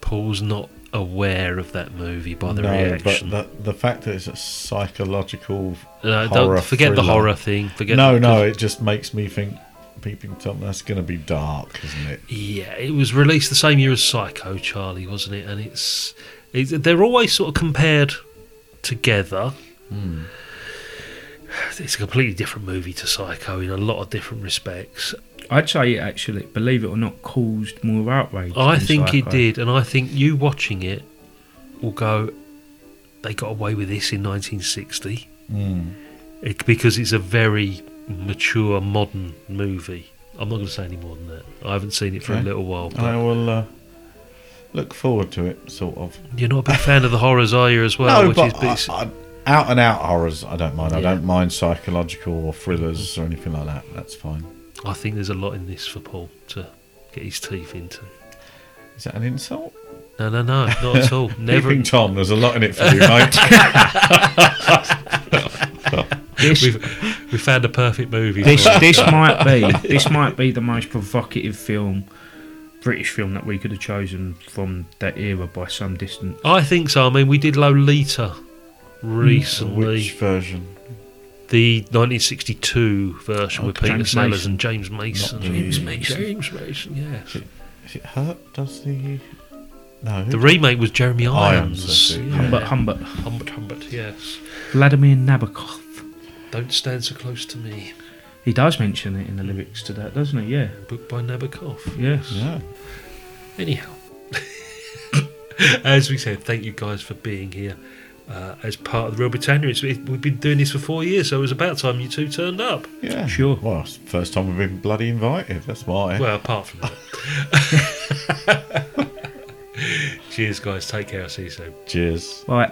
Paul's not aware of that movie by the no, reaction. but the, the fact that it's a psychological. No, horror don't forget the thriller. horror thing. Forget no, no, it just makes me think. Peeping Tom, that's going to be dark, isn't it? Yeah, it was released the same year as Psycho Charlie, wasn't it? And it's, it's they're always sort of compared together. Hmm. It's a completely different movie to Psycho in a lot of different respects. I'd say it actually, believe it or not, caused more outrage. I than think it Psycho. did, and I think you watching it will go. They got away with this in 1960 Hmm. it, because it's a very mature, modern movie. I'm not going to say any more than that. I haven't seen it for a Okay. little while. But I will uh, look forward to it, sort of. You're not a big fan of the horrors, are you? As well, no, which but is bits- I- I- out and out horrors, I don't mind. I Yeah. don't mind psychological or thrillers or anything like that. That's fine. I think there's a lot in this for Paul to get his teeth into. Is that an insult? No, no, no, not at all. Never. Peeping Tom, there's a lot in it for you, mate. This, We've, we found a perfect movie. this, for him. this might be this might be the most provocative film, British film that we could have chosen from that era by some distance. I think so. I mean, we did Lolita recently. Hmm. Which version? the 1962 version Oh, with Peter James Sellers Mason. and James Mason. Not James Mason. James Mason, yes. Is it Hurt? Does the no? The remake was Jeremy Irons, Irons. that's it, yeah. Humbert, Humbert, Humbert, Humbert, yes. Vladimir Nabokov. Don't stand so close to me. He does mention it in the lyrics to that, doesn't he? Yeah. Book by Nabokov. Yes. yeah. Anyhow, as we said, thank you guys for being here uh, as part of the Real Britannia. It's, it, we've been doing this for four years, so it was about time you two turned up. yeah, Sure. Well, it's the first time we've been bloody invited. That's why. Well, apart from that. Cheers, guys. Take care. I'll see you soon. Cheers. Right.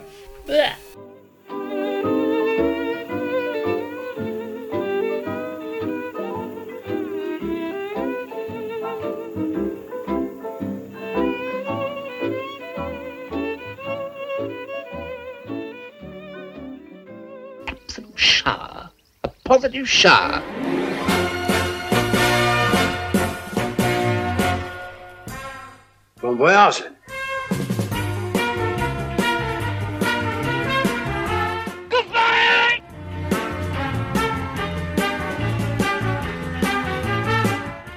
Absolute shower. A positive shower. Bon voyage.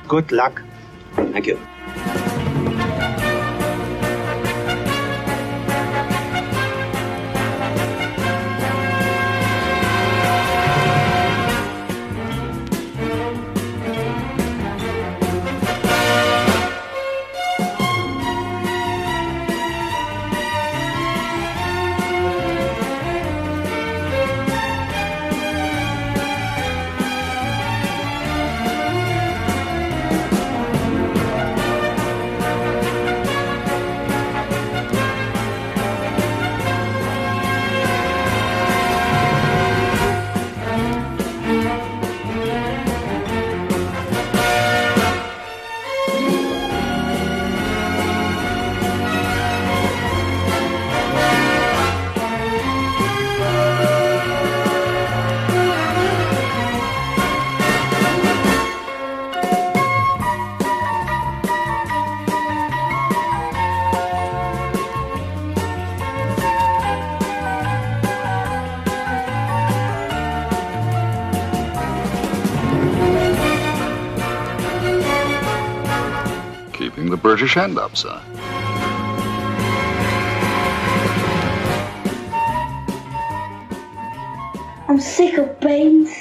Good luck. Thank you. Keeping the British hand up, sir. I'm sick of beans.